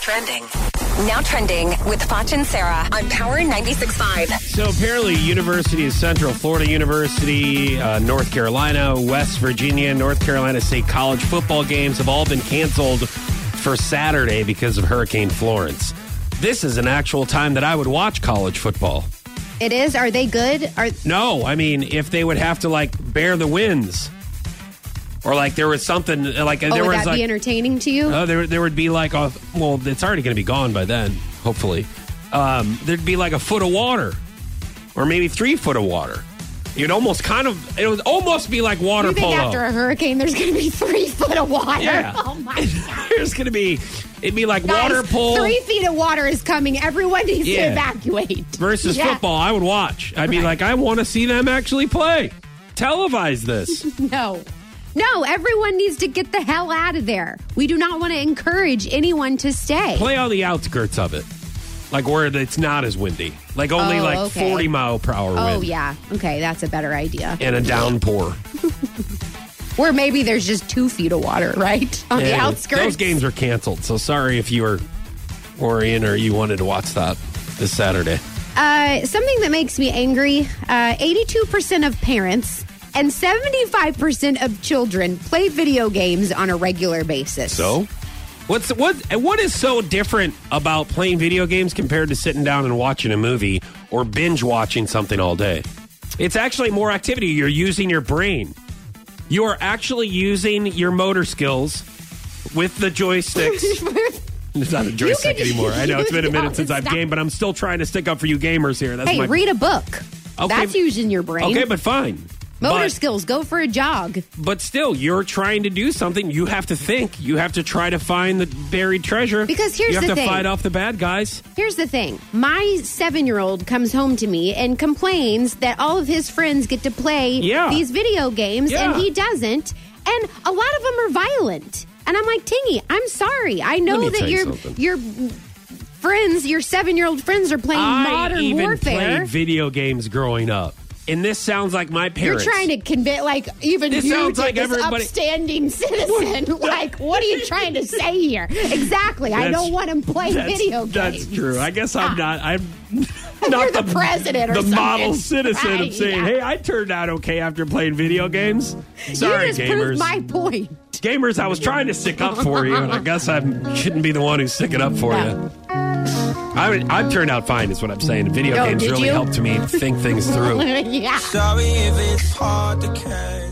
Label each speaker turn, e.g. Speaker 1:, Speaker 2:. Speaker 1: trending. Now trending with Foch and Sarah on Power 96.5.
Speaker 2: So apparently, universities, Central Florida University, uh, North Carolina, West Virginia, North Carolina State college football games have all been canceled for Saturday because of Hurricane Florence. This is an actual time that I would watch college football.
Speaker 3: It is. Are they good? Are
Speaker 2: No, I mean, if they would have to like bear the winds, or like there was something like
Speaker 3: oh,
Speaker 2: there
Speaker 3: would
Speaker 2: was
Speaker 3: that
Speaker 2: like
Speaker 3: be entertaining to you?
Speaker 2: Oh, there, there would be like a well, it's already going to be gone by then, hopefully. Um, there'd be like a foot of water, or maybe three foot of water. You'd almost kind of it would almost be like water
Speaker 3: you think
Speaker 2: polo.
Speaker 3: after a hurricane there's going to be three foot of water?
Speaker 2: Yeah.
Speaker 3: Oh my god!
Speaker 2: There's going to be it'd be like water
Speaker 3: Guys,
Speaker 2: polo
Speaker 3: Three feet of water is coming. Everyone needs
Speaker 2: Yeah.
Speaker 3: to evacuate.
Speaker 2: versus
Speaker 3: Yeah.
Speaker 2: football. I would watch. I'd be like, I want to see them actually play. Televise this.
Speaker 3: No. No, everyone needs to get the hell out of there. We do not want to encourage anyone to stay.
Speaker 2: play on the outskirts of it, like where it's not as windy, like only
Speaker 3: Oh,
Speaker 2: like
Speaker 3: okay.
Speaker 2: forty mile per hour
Speaker 3: oh,
Speaker 2: wind
Speaker 3: yeah. Okay, that's a better idea.
Speaker 2: and a downpour.
Speaker 3: Or maybe there's just two feet of water, right? On the
Speaker 2: Anyway,
Speaker 3: outskirts.
Speaker 2: Those games are canceled. So sorry if you were or in or you wanted to watch that this Saturday.
Speaker 3: Uh, something that makes me angry uh, 82% of parents and 75% of children play video games on a regular basis.
Speaker 2: So what's what and what is so different about playing video games compared to sitting down and watching a movie or binge watching something all day? It's actually more activity. You're using your brain. You are actually using your motor skills with the joysticks. it's not a joystick
Speaker 3: can-
Speaker 2: anymore. I know it's been a
Speaker 3: No,
Speaker 2: minute since
Speaker 3: it's
Speaker 2: I've
Speaker 3: not.
Speaker 2: gamed, but I'm still trying to stick up for you gamers here. That's
Speaker 3: hey,
Speaker 2: my
Speaker 3: read a book.
Speaker 2: Okay.
Speaker 3: That's using your brain.
Speaker 2: Okay, but fine.
Speaker 3: Motor
Speaker 2: but,
Speaker 3: skills, go for a jog.
Speaker 2: But still, you're trying to do something. You have to think. You have to try to find the buried treasure.
Speaker 3: Because here's
Speaker 2: you have
Speaker 3: the
Speaker 2: to
Speaker 3: thing.
Speaker 2: fight off the bad guys.
Speaker 3: Here's the thing my seven year old comes home to me and complains that all of his friends get to play
Speaker 2: Yeah.
Speaker 3: these video games and
Speaker 2: Yeah.
Speaker 3: he doesn't. And a lot of them are violent. And I'm like, Tingy, I'm sorry. I know
Speaker 2: me
Speaker 3: that
Speaker 2: tell you
Speaker 3: your
Speaker 2: something.
Speaker 3: your friends, your seven year old friends, are playing modern
Speaker 2: I even
Speaker 3: warfare.
Speaker 2: played video games growing up, and this sounds like my
Speaker 3: You're
Speaker 2: parents.
Speaker 3: trying to convince, like, even
Speaker 2: This
Speaker 3: you
Speaker 2: sounds
Speaker 3: did
Speaker 2: like
Speaker 3: this
Speaker 2: everybody-
Speaker 3: upstanding citizen. like, what are you trying to say here? Exactly. I
Speaker 2: That's-
Speaker 3: don't want him playing
Speaker 2: that's-
Speaker 3: video games.
Speaker 2: That's true. I guess I'm not.
Speaker 3: Stop.
Speaker 2: I'm not
Speaker 3: the president or
Speaker 2: the model
Speaker 3: something.
Speaker 2: citizen
Speaker 3: Right,
Speaker 2: of saying,
Speaker 3: yeah.
Speaker 2: "Hey, I turned out okay after playing video games." Sorry,
Speaker 3: you just
Speaker 2: gamers.
Speaker 3: proved my point.
Speaker 2: Gamers, I was trying to stick up for you, and I guess I shouldn't be the one who's sticking up for you. I would, I've turned out fine, is what I'm saying. Video
Speaker 3: Oh,
Speaker 2: games
Speaker 3: did
Speaker 2: really
Speaker 3: you?
Speaker 2: helped me think things through.
Speaker 3: yeah.
Speaker 4: Sorry if it's hard to catch.